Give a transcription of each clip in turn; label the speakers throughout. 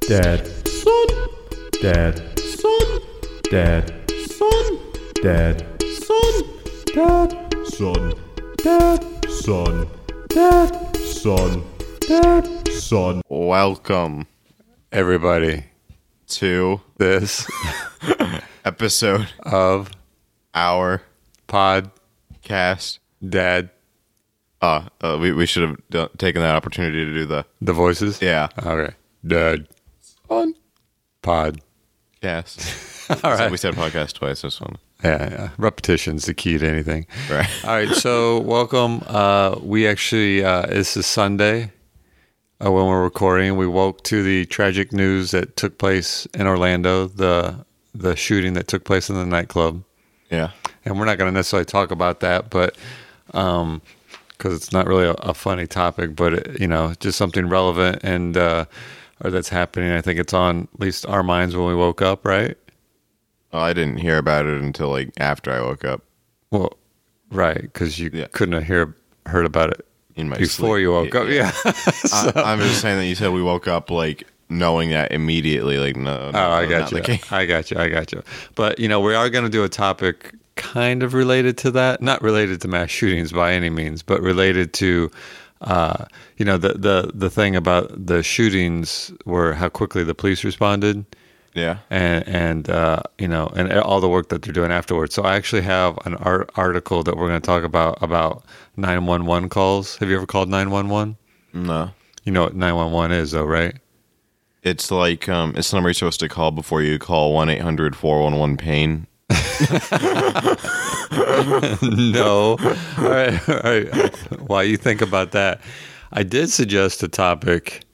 Speaker 1: Dad. Son. Dad. Son. Dad. Son. Dad. Son. Dad. Son. Dad. Son. Dad. Son. Dad. Son.
Speaker 2: Welcome, everybody, to this episode of our
Speaker 3: pod
Speaker 2: cast.
Speaker 3: dad
Speaker 2: Uh, uh we, we should have done, taken that opportunity to do the
Speaker 3: the voices
Speaker 2: yeah
Speaker 3: okay dad
Speaker 2: on
Speaker 3: pod
Speaker 2: cast.
Speaker 3: all
Speaker 2: We said podcast twice this one,
Speaker 3: yeah, yeah repetition's the key to anything
Speaker 2: right?
Speaker 3: all right so welcome uh we actually uh this is sunday uh, when we're recording we woke to the tragic news that took place in orlando the the shooting that took place in the nightclub
Speaker 2: yeah,
Speaker 3: and we're not going to necessarily talk about that, but um, because it's not really a, a funny topic, but it, you know, just something relevant and uh, or that's happening. I think it's on at least our minds when we woke up, right?
Speaker 2: well, I didn't hear about it until like after I woke up
Speaker 3: Well, right, because you
Speaker 2: Yeah.
Speaker 3: couldn't hear heard about it
Speaker 2: in my
Speaker 3: before
Speaker 2: sleep.
Speaker 3: you woke up. Yeah.
Speaker 2: I, I'm just saying that you said we woke up like knowing that immediately. Like no, no
Speaker 3: Oh, I
Speaker 2: not
Speaker 3: got
Speaker 2: the
Speaker 3: you.
Speaker 2: case.
Speaker 3: I got you. I got you. But you know, we are going to do a topic kind of related to that, not related to mass shootings by any means, but related to, uh, you know, the the the thing about the shootings were how quickly the police responded
Speaker 2: Yeah,
Speaker 3: and and uh, you know and all the work that they're doing afterwards. So I actually have an art article that we're going to talk about about nine one one calls. Have you ever called nine one one?
Speaker 2: no.
Speaker 3: You know what nine one one is, though, right?
Speaker 2: It's like um, it's the number you're supposed to call before you call one 411 pain.
Speaker 3: no. All right, all right. While you think about that, I did suggest a topic,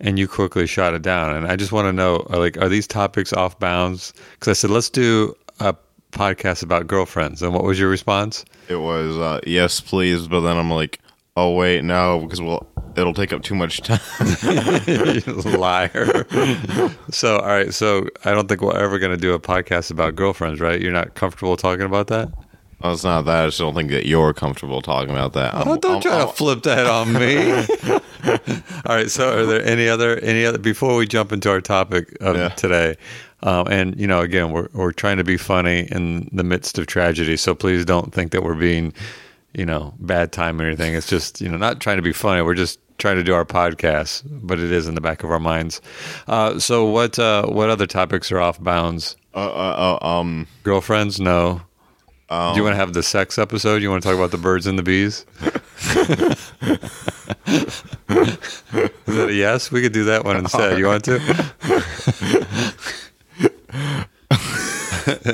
Speaker 3: and you quickly shot it down. And I just want to know, are, like, are these topics off bounds? Because I said let's do a podcast about girlfriends, and what was your response?
Speaker 2: It was uh, yes, please, but then I'm like, oh wait, no, because we'll it'll take up too much time.
Speaker 3: you liar. so, all right. So, I don't think we're ever going to do a podcast about girlfriends, right? You're not comfortable talking about that.
Speaker 2: Well, it's not that. I just don't think that you're comfortable talking about that. Um, I'm-
Speaker 3: Oh, don't
Speaker 2: I'm-
Speaker 3: try
Speaker 2: I'm-
Speaker 3: to flip that on me. All right. So, are there any other any other before we jump into our topic of
Speaker 2: Yeah.
Speaker 3: today? Um, and you know, again, we're we're trying to be funny in the midst of tragedy. So please don't think that we're being, you know, bad time or anything. It's just you know not trying to be funny. We're just trying to do our podcast, but it is in the back of our minds. Uh, so what uh, what other topics are off bounds?
Speaker 2: uh, uh, uh, um,
Speaker 3: Girlfriends, no. Do you want to have the sex episode? You want to talk about the birds and the bees? Is that a yes? We could do that one instead. You want to?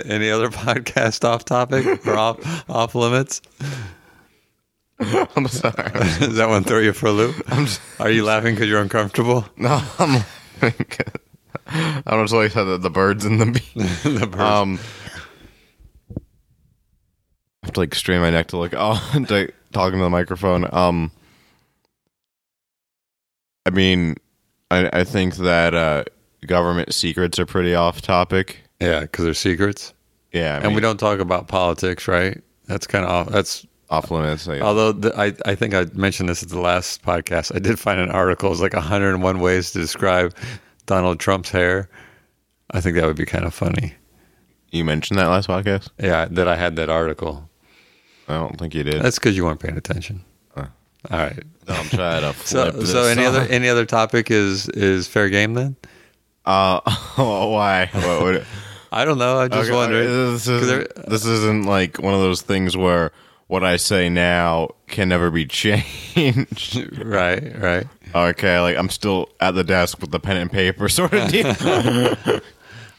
Speaker 3: Any other podcast off topic or off off limits?
Speaker 2: I'm sorry.
Speaker 3: Does that one throw you for a loop? Are you laughing because you're uncomfortable?
Speaker 2: no, I'm. I don't know said that the birds and the bees.
Speaker 3: the birds.
Speaker 2: Um, I have to like strain my neck to look. Oh, to, talking to the microphone. Um, I mean, I I think that uh, government secrets are pretty off topic.
Speaker 3: yeah, because they're secrets,
Speaker 2: Yeah, I mean,
Speaker 3: and we don't talk about politics, right? That's kind of off. That's
Speaker 2: off limits. I guess.
Speaker 3: Although the, I, I think I mentioned this at the last podcast, I did find an article. It's like 101 ways to describe Donald Trump's hair. I think that would be kind of funny.
Speaker 2: You mentioned that last podcast.
Speaker 3: Yeah, that I had that article.
Speaker 2: I don't think you did.
Speaker 3: That's because you weren't paying attention. All right.
Speaker 2: I'm trying to flip
Speaker 3: So,
Speaker 2: this.
Speaker 3: so any other any other topic is is fair game then?
Speaker 2: Uh, why? What would it-
Speaker 3: I don't know. I just
Speaker 2: Okay,
Speaker 3: wondered.
Speaker 2: This,
Speaker 3: 'Cause
Speaker 2: is,
Speaker 3: there-
Speaker 2: this isn't like one of those things where what I say now can never be changed.
Speaker 3: right, right.
Speaker 2: okay, like I'm still at the desk with the pen and paper sort of deal.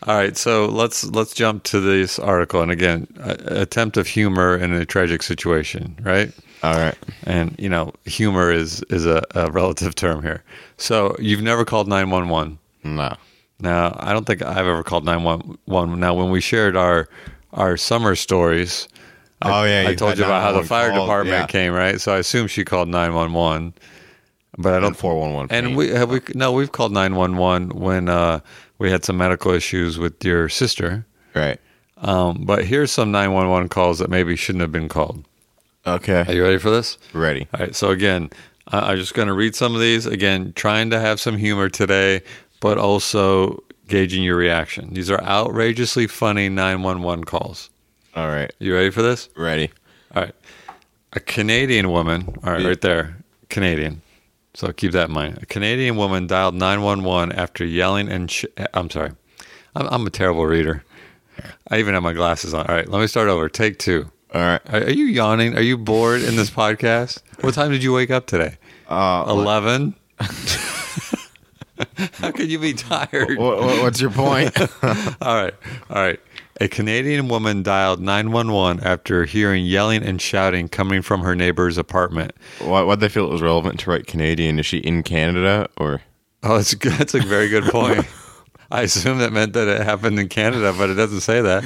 Speaker 3: All right, so let's let's jump to this article, and again, a, attempt of humor in a tragic situation, right?
Speaker 2: All right.
Speaker 3: and you know humor is is a, a relative term here so you've never called 911
Speaker 2: No.
Speaker 3: now i don't think i've ever called 911 now when we shared our our summer stories
Speaker 2: oh yeah,
Speaker 3: i told you about how the fire department
Speaker 2: came.
Speaker 3: came right so i assume she called 911 but i don't
Speaker 2: Four one one.
Speaker 3: and we have we no we've called 911 when uh we had some medical issues with your sister
Speaker 2: right.
Speaker 3: um but here's some 911 calls that maybe shouldn't have been called are
Speaker 2: Okay.
Speaker 3: you ready for this
Speaker 2: Ready.
Speaker 3: all right. So again, I, I'm just going to read some of these. Again, trying to have some humor today, but also gauging your reaction. These are outrageously funny 911 calls.
Speaker 2: All right.
Speaker 3: You ready for this?
Speaker 2: Ready.
Speaker 3: All right. A Canadian woman, all right, right there, Canadian. So keep that in mind. A Canadian woman dialed 911 after yelling and sh- I'm sorry. I'm, I'm a terrible reader. I even have my glasses on. All right, let me start over. Take two.
Speaker 2: All right.
Speaker 3: Are, are you yawning? Are you bored in this podcast? What time did you wake up today? Uh, 11? How could you be tired?
Speaker 2: What, what's your point?
Speaker 3: All right. All right. A Canadian woman dialed 911 after hearing yelling and shouting coming from her neighbor's apartment.
Speaker 2: Why, why'd they feel it was relevant to write Canadian? Is she in Canada or?
Speaker 3: Oh, that's, good. that's a very good point. I assume that meant that it happened in Canada, but it doesn't say that.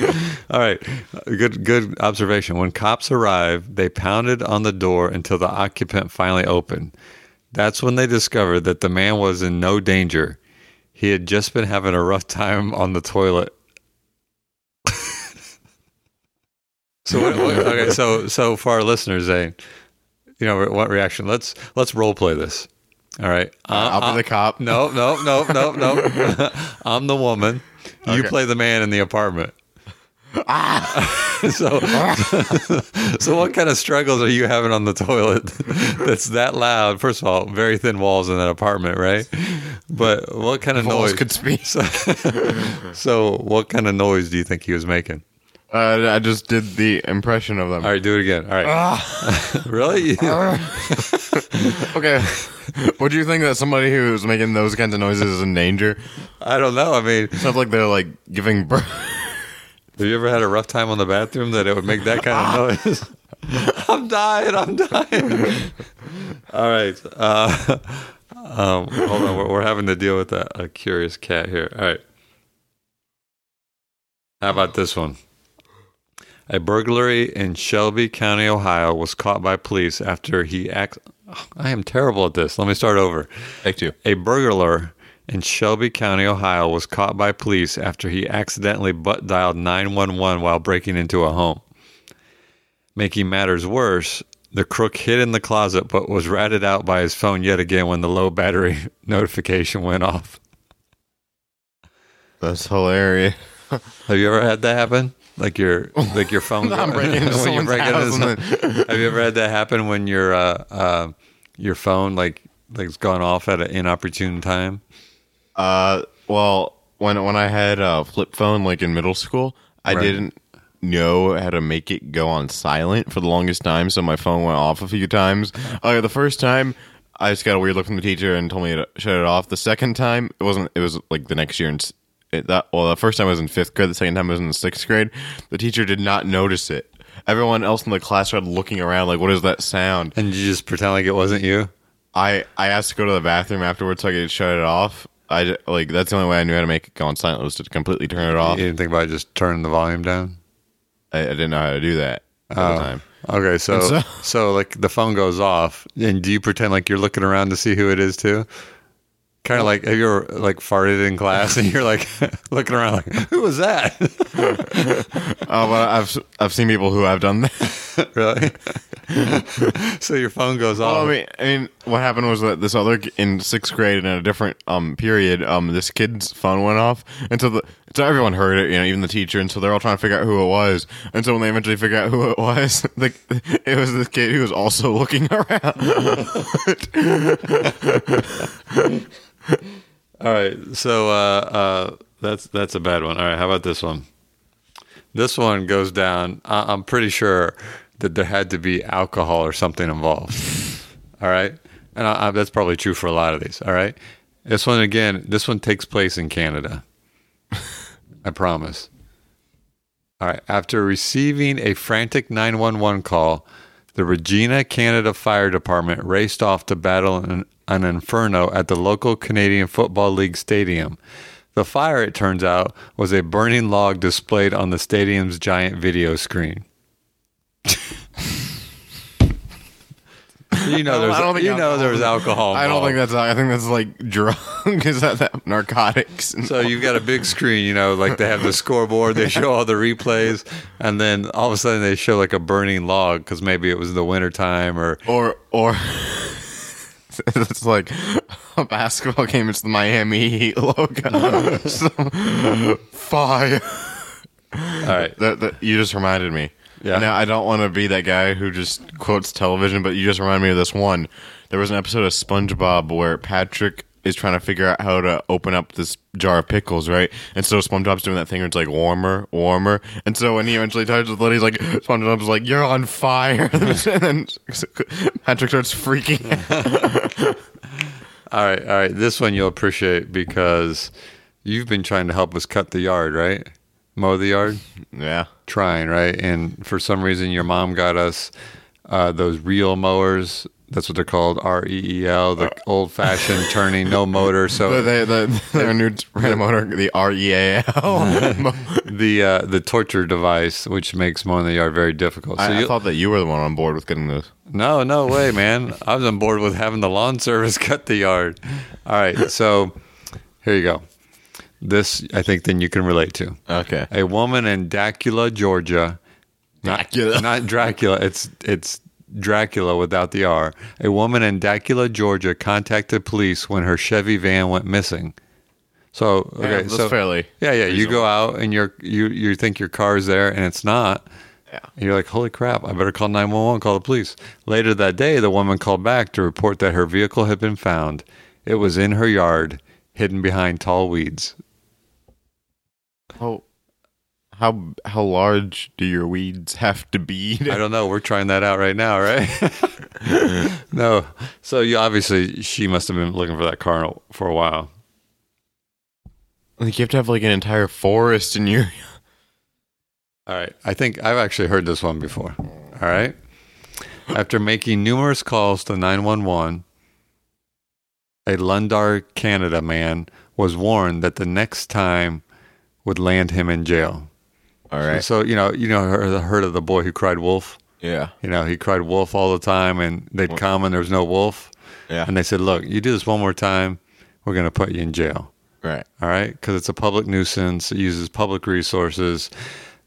Speaker 3: All right. Good good observation. When cops arrived, they pounded on the door until the occupant finally opened. That's when they discovered that the man was in no danger. He had just been having a rough time on the toilet. so what, what- okay, so so for our listeners, they you know, what reaction? Let's let's role play this. All right. Uh,
Speaker 2: I'll be the cop.
Speaker 3: No, no, no, no, no. I'm the woman. You
Speaker 2: Okay.
Speaker 3: play the man in the apartment.
Speaker 2: Ah.
Speaker 3: so, so what kind of struggles are you having on the toilet that's that loud? First of all, very thin walls in that apartment, right? But what kind of
Speaker 2: Walls
Speaker 3: noise?
Speaker 2: could speak.
Speaker 3: so, so what kind of noise do you think he was making?
Speaker 2: Uh, I just did the impression of them.
Speaker 3: All right, do it again. All right.
Speaker 2: Ah.
Speaker 3: really?
Speaker 2: Okay. Would you think that somebody who's making those kinds of noises is in danger?
Speaker 3: I don't know. I mean,
Speaker 2: Sounds like they're like giving birth.
Speaker 3: Have you ever had a rough time on the bathroom that it would make that kind of noise? I'm dying. I'm dying. All right. Uh, um, hold on. We're, we're having to deal with a, a curious cat here. All right. How about this one? A burglary in Shelby County, Ohio, was caught by police after he acts. I am terrible at this. Let me start over.
Speaker 2: Take two.
Speaker 3: A burglar in Shelby County, Ohio, was caught by police after he accidentally butt dialed 911 while breaking into a home. Making matters worse, the crook hid in the closet but was ratted out by his phone yet again when the low battery notification went off.
Speaker 2: That's hilarious.
Speaker 3: Have you ever had that happen? Like your like your phone
Speaker 2: I'm breaking into
Speaker 3: when you
Speaker 2: someone's
Speaker 3: break into
Speaker 2: house and
Speaker 3: some- Have you ever had that happen when your uh, uh, your phone like like's gone off at an inopportune time?
Speaker 2: Uh, well, when when I had a flip phone, like in middle school, I
Speaker 3: Right.
Speaker 2: didn't know how to make it go on silent for the longest time, so my phone went off a few times. Uh, the first time, I just got a weird look from the teacher and told me to shut it off. The second time, it wasn't. It was like the next year. And it, that well, the first time I was in fifth grade. The second time I was in sixth grade. The teacher did not notice it. Everyone else in the class started looking around, like, "What is that sound?"
Speaker 3: And you just pretend like it wasn't you?
Speaker 2: I I asked to go to the bathroom afterwards so I could shut it off. I d- like that's the only way I knew how to make it go on silent was to completely turn it off.
Speaker 3: You didn't think about just turning the volume down?
Speaker 2: I, I didn't know how to do that at the time.
Speaker 3: Okay, so, so
Speaker 2: so-
Speaker 3: like the phone goes off, and do you pretend like you're looking around to see who it is too? Kind of like have you ever like farted in class and you're like looking around like who was that?
Speaker 2: Oh, but I've s- I've seen people who have done that.
Speaker 3: really? so your phone goes off.
Speaker 2: Well, I mean, I mean, what happened was that this other k- in sixth grade in a different um period, um, this kid's phone went off, and so the so everyone heard it, you know, even the teacher, and so they're all trying to figure out who it was, and so when they eventually figure out who it was, the, it was this kid who was also looking around.
Speaker 3: All right, so uh, uh, that's that's a bad one. All right, how about this one? This one goes down. I- I'm pretty sure that there had to be alcohol or something involved. All right, and I- I- that's probably true for a lot of these. All right, this one again. This one takes place in Canada. I promise. All right. After receiving a frantic 911 call, the Regina, Canada Fire Department raced off to battle an, an inferno at the local Canadian Football League stadium. The fire, it turns out, was a burning log displayed on the stadium's giant video screen. you know, there's,
Speaker 2: I don't think
Speaker 3: you know,
Speaker 2: alcohol-
Speaker 3: there's alcohol.
Speaker 2: I don't
Speaker 3: involved.
Speaker 2: think that's. I think that's like drug. Is that, that narcotics? And
Speaker 3: So you've got a big screen, you know, like they have the scoreboard, they show all the replays, and then all of a sudden they show like a burning log because maybe it was the winter time or
Speaker 2: or or it's like a basketball game. It's the Miami Heat logo. so, fire.
Speaker 3: All right.
Speaker 2: That, that you just reminded me.
Speaker 3: Yeah.
Speaker 2: Now I don't want to be that guy who just quotes television, but you just reminded me of this one. There was an episode of SpongeBob where Patrick is trying to figure out how to open up this jar of pickles, right? And so SpongeBob's doing that thing where it's like warmer, warmer. And so when he eventually touches the lid, he's like, SpongeBob's like, "You're on fire," and then Patrick starts freaking. out.
Speaker 3: All right. All right. This one you'll appreciate because you've been trying to help us cut the yard, right? Mow the yard?
Speaker 2: Yeah.
Speaker 3: Trying, right? And for some reason, your mom got us uh, those real mowers. That's what they're called, R E E L, the old fashioned turning, no motor. So
Speaker 2: The, the, the, their new random motor, the R E A L.
Speaker 3: the uh, the torture device, which makes mowing the yard very difficult. So
Speaker 2: I, I
Speaker 3: you-
Speaker 2: thought that you were the one on board with getting this.
Speaker 3: No, no way, man. I was on board with having the lawn service cut the yard. All right, so here you go. This I think then you can relate to.
Speaker 2: Okay.
Speaker 3: A woman in Dacula, Georgia. Not,
Speaker 2: Dracula.
Speaker 3: Not Dracula. It's it's Dracula without the R. A woman in Dacula, Georgia contacted police when her Chevy van went missing. So okay,
Speaker 2: that's
Speaker 3: so
Speaker 2: fairly
Speaker 3: yeah, yeah. You go out and you're you you think your car's there and it's not.
Speaker 2: Yeah.
Speaker 3: And you're like, holy crap, I better call 911, call the police. Later that day, the woman called back to report that her vehicle had been found. It was in her yard, hidden behind tall weeds.
Speaker 2: How how how large do your weeds have to be?
Speaker 3: I don't know. We're trying that out right now, right? no. So you obviously she must have been looking for that car for a while.
Speaker 2: Like you have to have like an entire forest in your.
Speaker 3: All right. I think I've actually heard this one before. All right. After making numerous calls to 911, a Lundar, Canada man was warned that the next time would land him in jail.
Speaker 2: All right.
Speaker 3: So, you know, you know, heard heard of the boy who cried wolf?
Speaker 2: Yeah.
Speaker 3: You know, he cried wolf all the time and they'd come and there was no wolf.
Speaker 2: Yeah.
Speaker 3: And they said, look, you do this one more time, we're going to put you in jail.
Speaker 2: Right.
Speaker 3: All right, because it's a public nuisance. It uses public resources.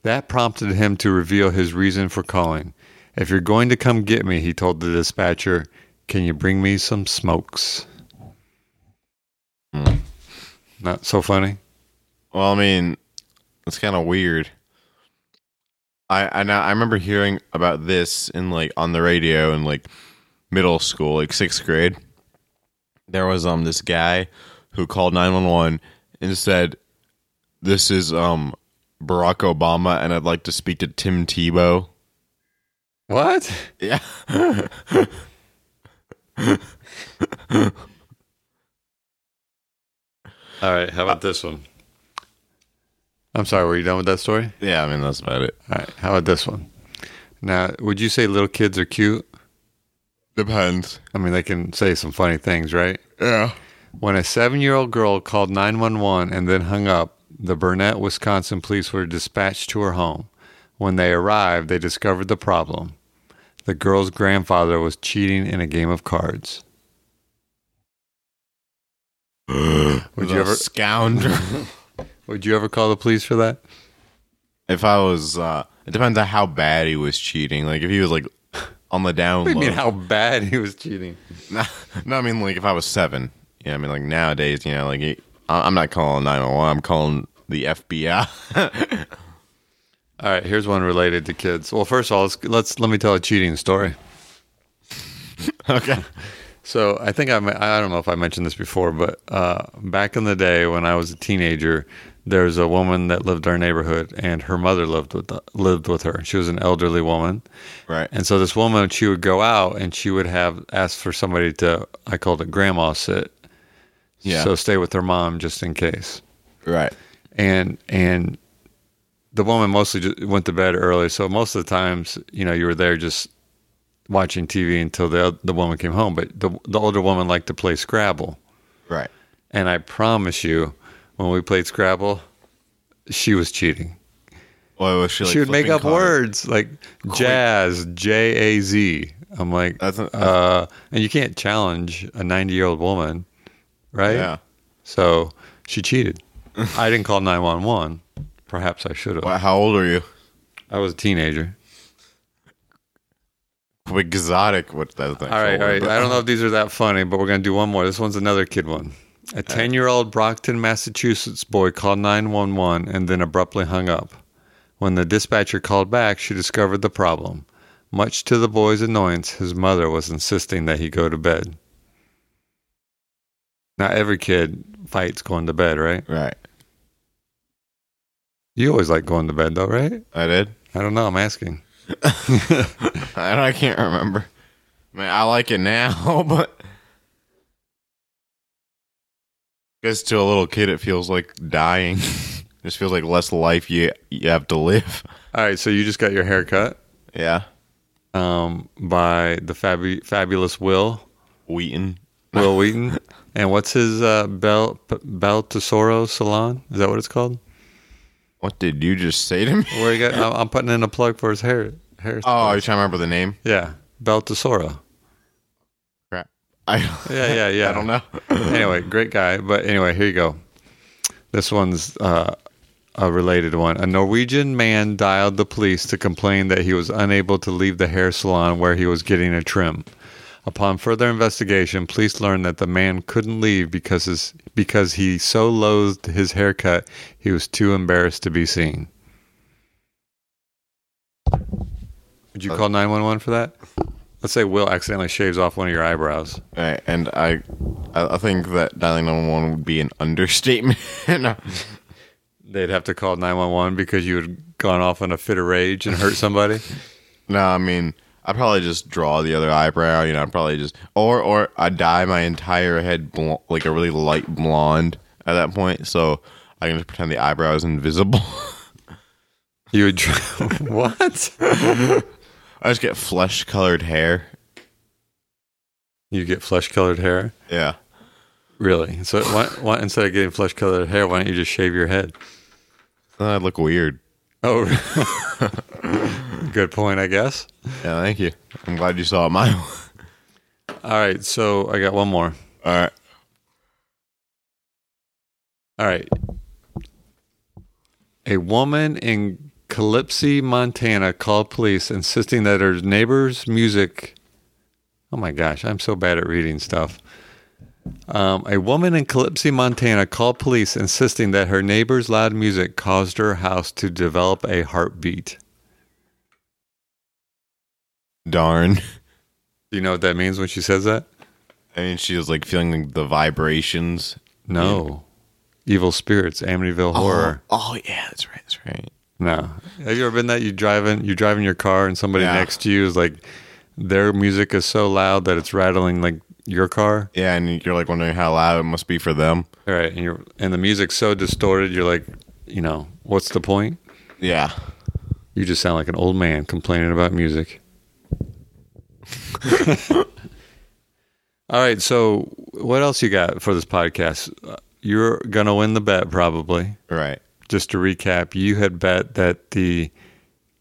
Speaker 3: That prompted him to reveal his reason for calling. If you're going to come get me, he told the dispatcher, can you bring me some smokes? Hmm. Not so funny.
Speaker 2: Well, I mean, it's kind of weird. I I now I remember hearing about this in like on the radio in like middle school, like sixth grade. There was um this guy who called nine one one and said, "This is um Barack Obama, and I'd like to speak to Tim Tebow."
Speaker 3: What?
Speaker 2: Yeah.
Speaker 3: All right, how about this one? I'm sorry, were you done with that story?
Speaker 2: Yeah, I mean that's about it.
Speaker 3: All right, how about this one? Now, would you say little kids are cute?
Speaker 2: Depends.
Speaker 3: I mean, they can say some funny things, right?
Speaker 2: Yeah.
Speaker 3: When a seven year old girl called 911 and then hung up, the Burnett, Wisconsin police were dispatched to her home. When they arrived, they discovered the problem. The girl's grandfather was cheating in a game of cards.
Speaker 2: Would
Speaker 3: you ever-
Speaker 2: scoundrel?
Speaker 3: Would you ever call the police for that?
Speaker 2: if I was, uh it depends on how bad he was cheating. Like if he was like on the down
Speaker 3: I
Speaker 2: low.
Speaker 3: mean, how bad he was cheating.
Speaker 2: Nah, no, I mean like if I was seven. Yeah, I mean like nowadays, you know, like he- I- I'm not calling nine one one. I'm calling the FBI.
Speaker 3: All right, here's one related to kids. Well, first of all, let's, let's let me tell a cheating story.
Speaker 2: okay.
Speaker 3: So I think I I don't know if I mentioned this before, but uh, back in the day when I was a teenager, there was a woman that lived in our neighborhood, and her mother lived with lived with her. She was an elderly woman,
Speaker 2: Right.
Speaker 3: and so this woman, she would go out and she would have asked for somebody to I called it grandma sit,
Speaker 2: Yeah.
Speaker 3: so stay with her mom just in case
Speaker 2: right.
Speaker 3: and and the woman mostly just went to bed early, so most of the times, you know, you were there just watching TV until the the woman came home. But the the older woman liked to play Scrabble,
Speaker 2: Right.
Speaker 3: and I promise you, when we played Scrabble, she was cheating.
Speaker 2: Well, was she like,
Speaker 3: she would make
Speaker 2: flipping
Speaker 3: up
Speaker 2: cards?
Speaker 3: words like jazz, J A Z. I'm like,
Speaker 2: That's a-
Speaker 3: uh, and you can't challenge a 90 year old woman, right?
Speaker 2: Yeah.
Speaker 3: So she cheated. I didn't call 911. Perhaps I should have.
Speaker 2: Well, how old are you?
Speaker 3: I was a teenager.
Speaker 2: Quixotic. What's that thing?
Speaker 3: All right, all right. I don't know if these are that funny, but we're going to do one more. This one's another kid one. A 10 year old Brockton, Massachusetts boy called 911 and then abruptly hung up. When the dispatcher called back, she discovered the problem. Much to the boy's annoyance, his mother was insisting that he go to bed. Not every kid fights going to bed, right?
Speaker 2: Right.
Speaker 3: You always like going to bed, though, right?
Speaker 2: I did.
Speaker 3: I don't know. I'm asking.
Speaker 2: I, don't, I can't remember. Man, I like it now, but because to a little kid, it feels like dying. Just feels like less life you you have to live.
Speaker 3: All right, so you just got your hair cut
Speaker 2: Yeah,
Speaker 3: um, by the fabu- fabulous Will.
Speaker 2: Wheaton.
Speaker 3: Will Wheaton. And what's his uh, Bel P- Bel Tesoro salon? Is that what it's called?
Speaker 2: What did you just say to me?
Speaker 3: Where he got? I'm- I'm putting in a plug for his hair. Hair.
Speaker 2: Oh, are you trying to remember the name?
Speaker 3: yeah, Bel Tesoro.
Speaker 2: Crap. I
Speaker 3: Yeah, yeah, yeah.
Speaker 2: I don't know.
Speaker 3: anyway, great guy. But anyway, here you go. This one's uh, a related one. A Norwegian man dialed the police to complain that he was unable to leave the hair salon where he was getting a trim. Upon further investigation, police learned that the man couldn't leave because his, because he so loathed his haircut, he was too embarrassed to be seen. Would you call 911 for that? Let's say Will accidentally shaves off one of your eyebrows.
Speaker 2: Right, and I, I I think that dialing number one would be an understatement. No.
Speaker 3: They'd have to call 911 because you had gone off on a fit of rage and hurt somebody.
Speaker 2: No, I mean, I'd probably just draw the other eyebrow. You know, I'd probably just or or I dye my entire head bl- like a really light blonde at that point, so I can just pretend the eyebrow is invisible.
Speaker 3: you would. Dr- what?
Speaker 2: I just get flesh colored hair.
Speaker 3: You get flesh colored hair?
Speaker 2: Yeah,
Speaker 3: Really? So why, why, instead of getting flesh colored hair, why don't you just shave your head?
Speaker 2: then I'd look weird.
Speaker 3: Oh, good point, I guess.
Speaker 2: Yeah, thank you. I'm glad you saw it my way.
Speaker 3: All right, so I got one more.
Speaker 2: All right.
Speaker 3: All right. A woman in Calypso, Montana called police insisting that her neighbor's music. Oh my gosh, I'm so bad at reading stuff. Um, a woman in Calypso, Montana called police insisting that her neighbor's loud music caused her house to develop a heartbeat.
Speaker 2: Darn.
Speaker 3: Do you know what that means when she says that?
Speaker 2: I mean, she was like feeling the vibrations.
Speaker 3: No. Evil spirits, Amityville horror.
Speaker 2: Oh, oh yeah, that's right. That's right.
Speaker 3: No. Have you ever been that you driving you driving your car and somebody
Speaker 2: Yeah.
Speaker 3: next to you is like their music is so loud that it's rattling like your car?
Speaker 2: Yeah, and you're like wondering how loud it must be for them.
Speaker 3: All right, and you're and the music's so distorted you're like, you know, what's the point?
Speaker 2: Yeah.
Speaker 3: You just sound like an old man complaining about music. All right, so what else you got for this podcast? Uh, You're going to win the bet probably.
Speaker 2: Right.
Speaker 3: just to recap, you had bet that the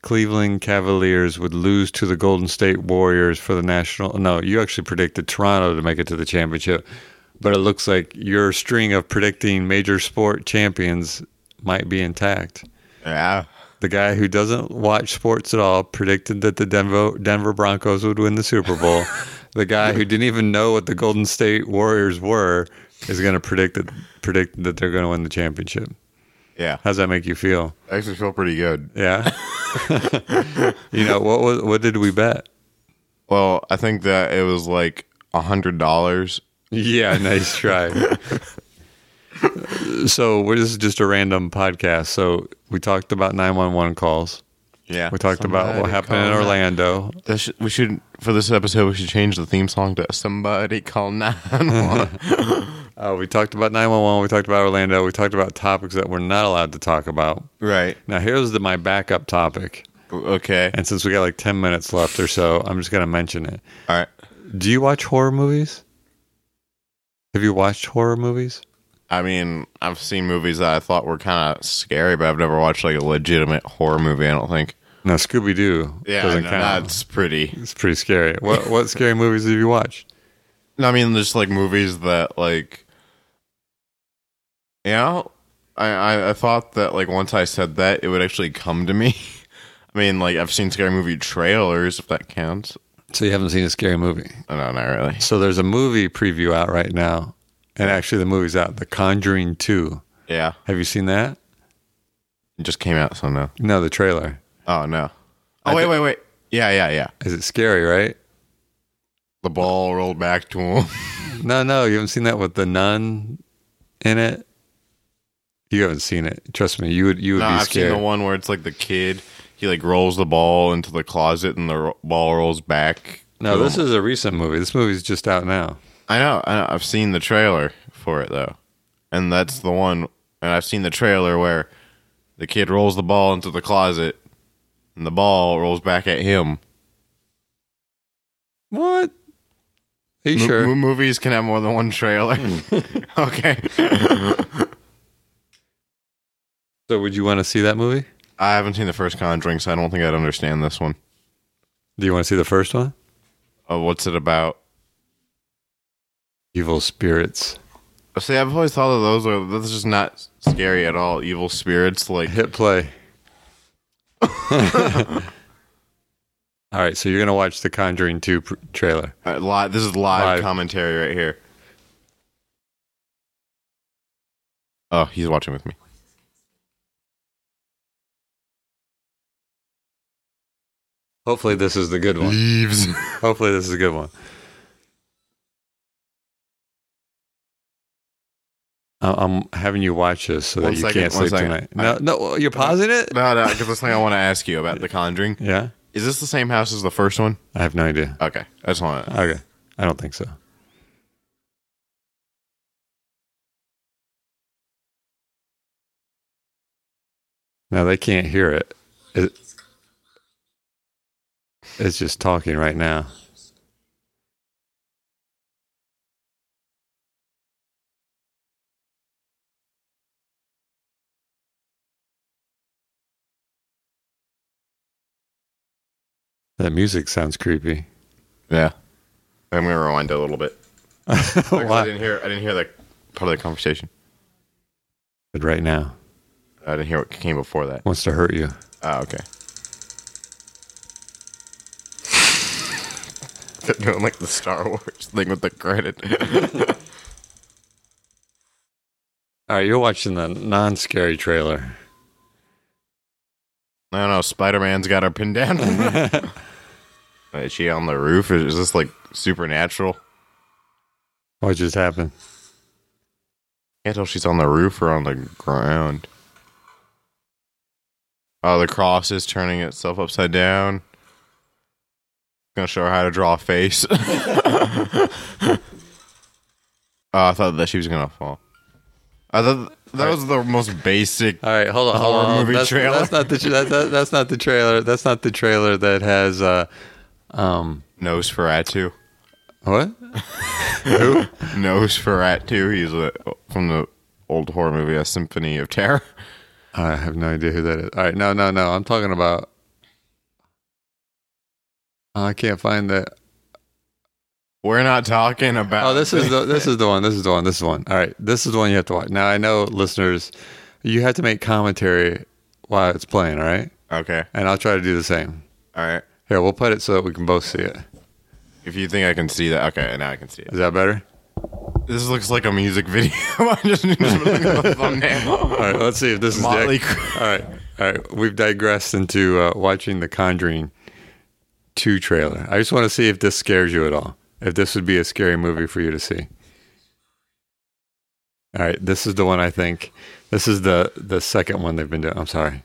Speaker 3: Cleveland Cavaliers would lose to the Golden State Warriors for the national. No, you actually predicted Toronto to make it to the championship, but it looks like your string of predicting major sport champions might be intact.
Speaker 2: Yeah.
Speaker 3: The guy who doesn't watch sports at all predicted that the Denver, Denver Broncos would win the Super Bowl. the guy who didn't even know what the Golden State Warriors were is going to predict that, predict that they're going to win the championship.
Speaker 2: Yeah.
Speaker 3: How's that make you feel?
Speaker 2: I actually feel pretty good.
Speaker 3: Yeah. you know what was what did we bet?
Speaker 2: Well, I think that it was like a hundred dollars.
Speaker 3: Yeah, nice try. so we're, this is just a random podcast. So we talked about nine one one calls.
Speaker 2: Yeah.
Speaker 3: We talked about what happened in Orlando.
Speaker 2: we should for this episode we should change the theme song to somebody call nine.
Speaker 3: Uh, we talked about nine one one. We talked about Orlando. We talked about topics that we're not allowed to talk about.
Speaker 2: right.
Speaker 3: Now here's the, my backup topic.
Speaker 2: Okay.
Speaker 3: And since we got like ten minutes left or so, I'm just gonna mention it.
Speaker 2: All right.
Speaker 3: Do you watch horror movies? Have you watched horror movies?
Speaker 2: I mean, I've seen movies that I thought were kind of scary, but I've never watched like a legitimate horror movie. I don't think.
Speaker 3: No, Scooby Doo
Speaker 2: Yeah,
Speaker 3: doesn't
Speaker 2: no,
Speaker 3: count.
Speaker 2: that's pretty.
Speaker 3: It's pretty scary. What what scary movies have you watched?
Speaker 2: No, I mean, just like movies that like, you know, I, I I thought that like once I said that it would actually come to me. I mean, like I've seen scary movie trailers if that counts.
Speaker 3: So you haven't seen a scary movie.
Speaker 2: Oh, no, not really.
Speaker 3: So there's a movie preview out right now, and actually the movie's out. The Conjuring Two.
Speaker 2: Yeah,
Speaker 3: Have you seen that?
Speaker 2: it just came out, so no.
Speaker 3: No, the trailer.
Speaker 2: Oh no. Oh wait, wait, wait. Yeah, yeah, yeah.
Speaker 3: Is it scary? Right?
Speaker 2: The ball rolled back to him.
Speaker 3: No, no, you haven't seen that with the nun in it. You haven't seen it. Trust me, you would you would
Speaker 2: no,
Speaker 3: be
Speaker 2: I've
Speaker 3: scared.
Speaker 2: seen the one where it's like the kid. He like rolls the ball into the closet, and the ro- ball rolls back.
Speaker 3: No,
Speaker 2: to
Speaker 3: this
Speaker 2: him.
Speaker 3: is a recent movie. This movie's just out now.
Speaker 2: I know, I know. I've seen the trailer for it though, and that's the one. And I've seen the trailer where the kid rolls the ball into the closet, and the ball rolls back at him.
Speaker 3: What? Are you
Speaker 2: Mo-
Speaker 3: sure? Hmm.
Speaker 2: mo- movies can have more than one trailer. okay.
Speaker 3: So, would you want to see that movie?
Speaker 2: I haven't seen the first Conjuring, so I don't think I'd understand this one.
Speaker 3: Do you want to see the first one?
Speaker 2: Oh, what's it about?
Speaker 3: Evil spirits.
Speaker 2: See, I've always thought of those. Are, that's just not scary at all. Evil spirits, like
Speaker 3: Hit play. All right, so you're gonna watch the Conjuring Two pr- trailer.
Speaker 2: uh, live. This is live,
Speaker 3: Live.
Speaker 2: commentary right here. Oh, he's watching with me.
Speaker 3: Hopefully, this is the good one.
Speaker 2: Leaves.
Speaker 3: Hopefully, this is a good one. I- I'm having you watch this so
Speaker 2: One
Speaker 3: that you
Speaker 2: second,
Speaker 3: can't
Speaker 2: one
Speaker 3: sleep
Speaker 2: second.
Speaker 3: tonight. No, no, you're pausing it.
Speaker 2: no, no, because that's something I want to ask you about the Conjuring.
Speaker 3: Yeah,
Speaker 2: Is this the same house as the first one?
Speaker 3: I have no idea.
Speaker 2: Okay, I just want to.
Speaker 3: Okay. I don't think so. No, they can't hear it. it. It's just talking right now. That music sounds creepy.
Speaker 2: Yeah, I'm gonna rewind it a little bit. Because I
Speaker 3: Why?
Speaker 2: didn't hear. I didn't hear that part of the conversation.
Speaker 3: But right now
Speaker 2: I didn't hear what came before that.
Speaker 3: wants to hurt you.
Speaker 2: Oh, okay. They're doing like the Star Wars thing with the credit.
Speaker 3: All right, you're watching the non-scary trailer.
Speaker 2: no, no, Spider Man's got her pinned down. is she on the roof? Is this like supernatural?
Speaker 3: What just happened?
Speaker 2: Can't tell if she's on the roof or on the ground. Oh, the cross is turning itself upside down. Gonna show her how to draw a face. oh, I thought that she was gonna fall. I thought that was the most basic.
Speaker 3: All right, hold on, hold
Speaker 2: Horror
Speaker 3: on. hold on.
Speaker 2: movie
Speaker 3: that's,
Speaker 2: trailer.
Speaker 3: that's not the that, that, that's not the trailer. That's not the trailer that has uh, um
Speaker 2: Nosferatu.
Speaker 3: what?
Speaker 2: Who? Nosferatu. He's a, from the old horror movie, A Symphony of Terror.
Speaker 3: I have no idea who that is. All right, no, no, no. I'm talking about. Oh, I can't find that.
Speaker 2: We're not talking about.
Speaker 3: Oh, this is the this is the one. This is the one. This is the one. All right, this is the one you have to watch. Now I know, listeners, you have to make commentary while it's playing. All right,
Speaker 2: Okay.
Speaker 3: and I'll try to do the same.
Speaker 2: All right.
Speaker 3: Here, we'll put it so that we can both see it.
Speaker 2: If you think I can see that, okay, now I can see it.
Speaker 3: Is that better?
Speaker 2: This looks like a music video. I just need to look at the thumbnail.
Speaker 3: All right, let's see if this
Speaker 2: Motley
Speaker 3: is. the- all right, all right. We've digressed into uh, watching the Conjuring Two trailer. I just want to see if this scares you at all. If this would be a scary movie for you to see. All right, this is the one I think. This is the the second one they've been doing. I'm sorry.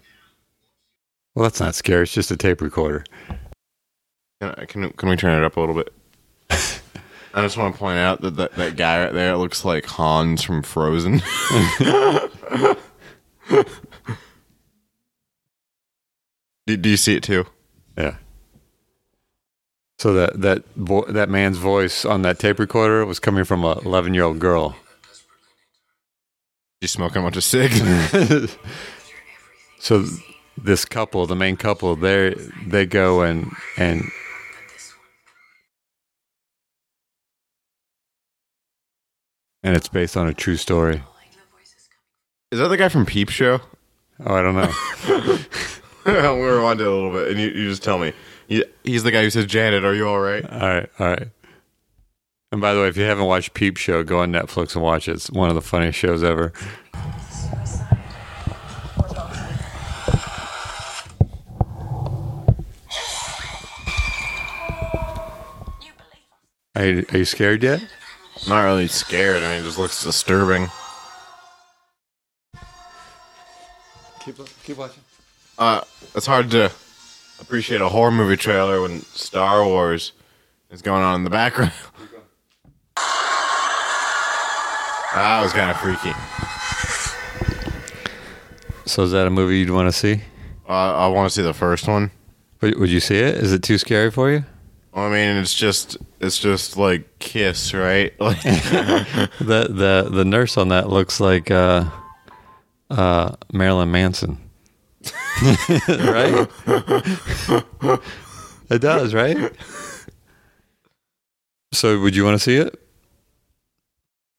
Speaker 3: Well, that's not scary. It's just a tape recorder.
Speaker 2: Can, can, can we turn it up a little bit? I just want to point out that that, that guy right there looks like Hans from Frozen. do, do you see it too?
Speaker 3: Yeah. So that that vo- that man's voice on that tape recorder was coming from a 11 year old girl.
Speaker 2: You smoking a bunch of cigs?
Speaker 3: so th- this couple, the main couple, they they go and and and it's based on a true story.
Speaker 2: Is that the guy from Peep Show?
Speaker 3: Oh, I don't know.
Speaker 2: We're on to it a little bit, and you, you just tell me. He- He's the guy who says, "Janet, are you all right?"
Speaker 3: All right, all right. And by the way, if you haven't watched Peep Show, go on Netflix and watch it. It's one of the funniest shows ever. Are you, are you scared yet?
Speaker 2: Not really scared. I mean, it just looks disturbing.
Speaker 3: Keep, keep watching.
Speaker 2: Uh, it's hard to appreciate a horror movie trailer when Star Wars is going on in the background. that was kind of freaky.
Speaker 3: So, is that a movie you'd want to see?
Speaker 2: Uh, I want to see the first one.
Speaker 3: Would, would you see it? Is it too scary for you?
Speaker 2: I mean, it's just it's just like Kiss, right? Like,
Speaker 3: The the the nurse on that looks like uh, uh, Marilyn Manson, right? it does, right? So, would you want to see it?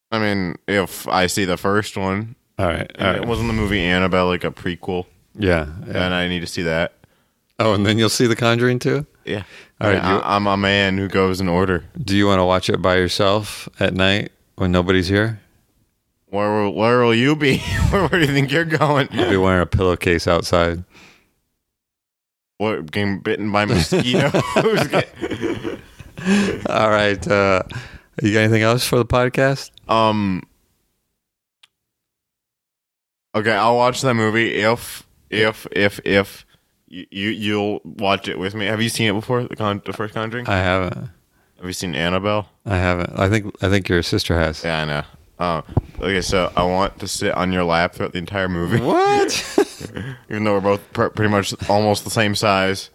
Speaker 2: I mean, if I see the first one,
Speaker 3: All right, all
Speaker 2: it
Speaker 3: right.
Speaker 2: wasn't the movie Annabelle like a prequel,
Speaker 3: yeah, yeah.
Speaker 2: and I need to see that.
Speaker 3: Oh, and then you'll see The Conjuring too.
Speaker 2: Yeah,
Speaker 3: All right, you-
Speaker 2: I, I'm a man who goes in order.
Speaker 3: Do you want to watch it by yourself at night when nobody's here?
Speaker 2: Where will, where will you be? where, do you think you're going?
Speaker 3: You'll be wearing a pillowcase outside.
Speaker 2: What getting bitten by mosquitoes?
Speaker 3: All right. Uh, you got anything else for the podcast?
Speaker 2: um. Okay, I'll watch that movie if if if if you you- you'll watch it with me. Have you seen it before? The con- the first Conjuring.
Speaker 3: I haven't.
Speaker 2: Have you seen Annabelle?
Speaker 3: I haven't. I think. I think your sister has.
Speaker 2: Yeah, I know. Oh, okay. So I want to sit on your lap throughout the entire movie.
Speaker 3: What?
Speaker 2: Even though we're both pr- pretty much almost the same size.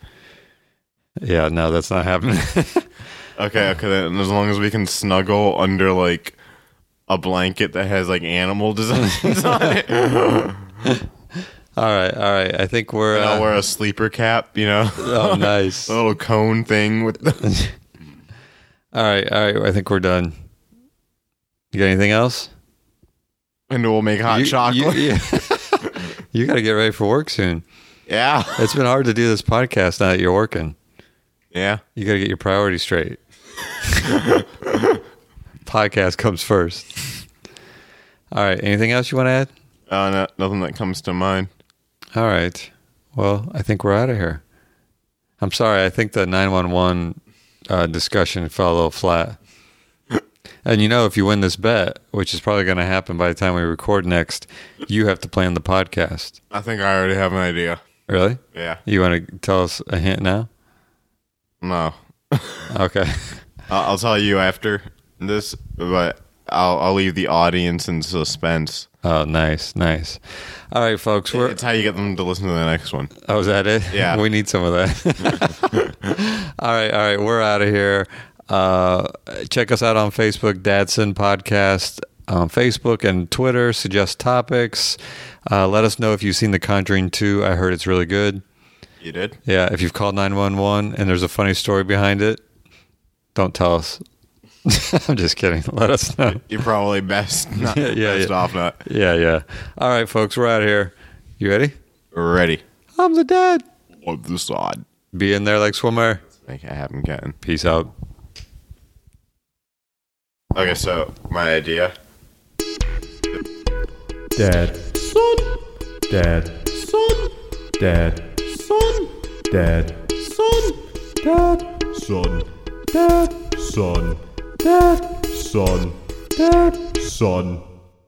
Speaker 3: yeah, no, that's not happening.
Speaker 2: Okay, okay. Then as long as we can snuggle under like a blanket that has like animal designs on it,
Speaker 3: all right, all right. I think we're.
Speaker 2: and I'll
Speaker 3: Uh,
Speaker 2: wear a sleeper cap. You know,
Speaker 3: oh, nice.
Speaker 2: a
Speaker 3: All
Speaker 2: little cone thing with the.
Speaker 3: right, all right. I think we're done. You got anything else?
Speaker 2: And we'll make hot
Speaker 3: you,
Speaker 2: chocolate.
Speaker 3: You, you got to get ready for work soon.
Speaker 2: yeah,
Speaker 3: It's been hard to do this podcast now that you're working.
Speaker 2: yeah.
Speaker 3: You got to get your priorities straight. podcast comes first. All right. Anything else you want to add?
Speaker 2: Uh, no, nothing that comes to mind.
Speaker 3: All right. Well, I think we're out of here. I'm sorry. I think the 911 uh, discussion fell a little flat. And you know, if you win this bet, which is probably going to happen by the time we record next, you have to plan the podcast.
Speaker 2: I think I already have an idea.
Speaker 3: Really?
Speaker 2: Yeah.
Speaker 3: You want to tell us a hint now?
Speaker 2: No,
Speaker 3: Okay.
Speaker 2: I'll, I'll tell you after this, but I'll, I'll leave the audience in suspense.
Speaker 3: Oh, nice, nice. All right, folks. We're.
Speaker 2: It's how you get them to listen to the next one.
Speaker 3: Oh, is that it?
Speaker 2: Yeah.
Speaker 3: we need some of that. all right, all right. We're out of here. Uh, check us out on Facebook, Dadson Podcast on Facebook and Twitter. Suggest topics. Uh, let us know if you've seen The Conjuring 2. I heard it's really good.
Speaker 2: You did?
Speaker 3: Yeah, if you've called 911 and there's a funny story behind it, don't tell us. I'm just kidding. Let us know.
Speaker 2: You're probably best not
Speaker 3: Yeah, yeah,
Speaker 2: best
Speaker 3: yeah.
Speaker 2: off not
Speaker 3: Yeah, yeah. All right, folks, we're out of here. You ready?
Speaker 2: ready.
Speaker 3: I'm the dad.
Speaker 2: Of the sod.
Speaker 3: Be in there like swimmer.
Speaker 2: Like I haven't gotten.
Speaker 3: Peace out.
Speaker 2: Okay, so my idea.
Speaker 1: Dad, son, dad, son, dad, son, dad, son, dad, son, dad, son, dad, son, dad, son.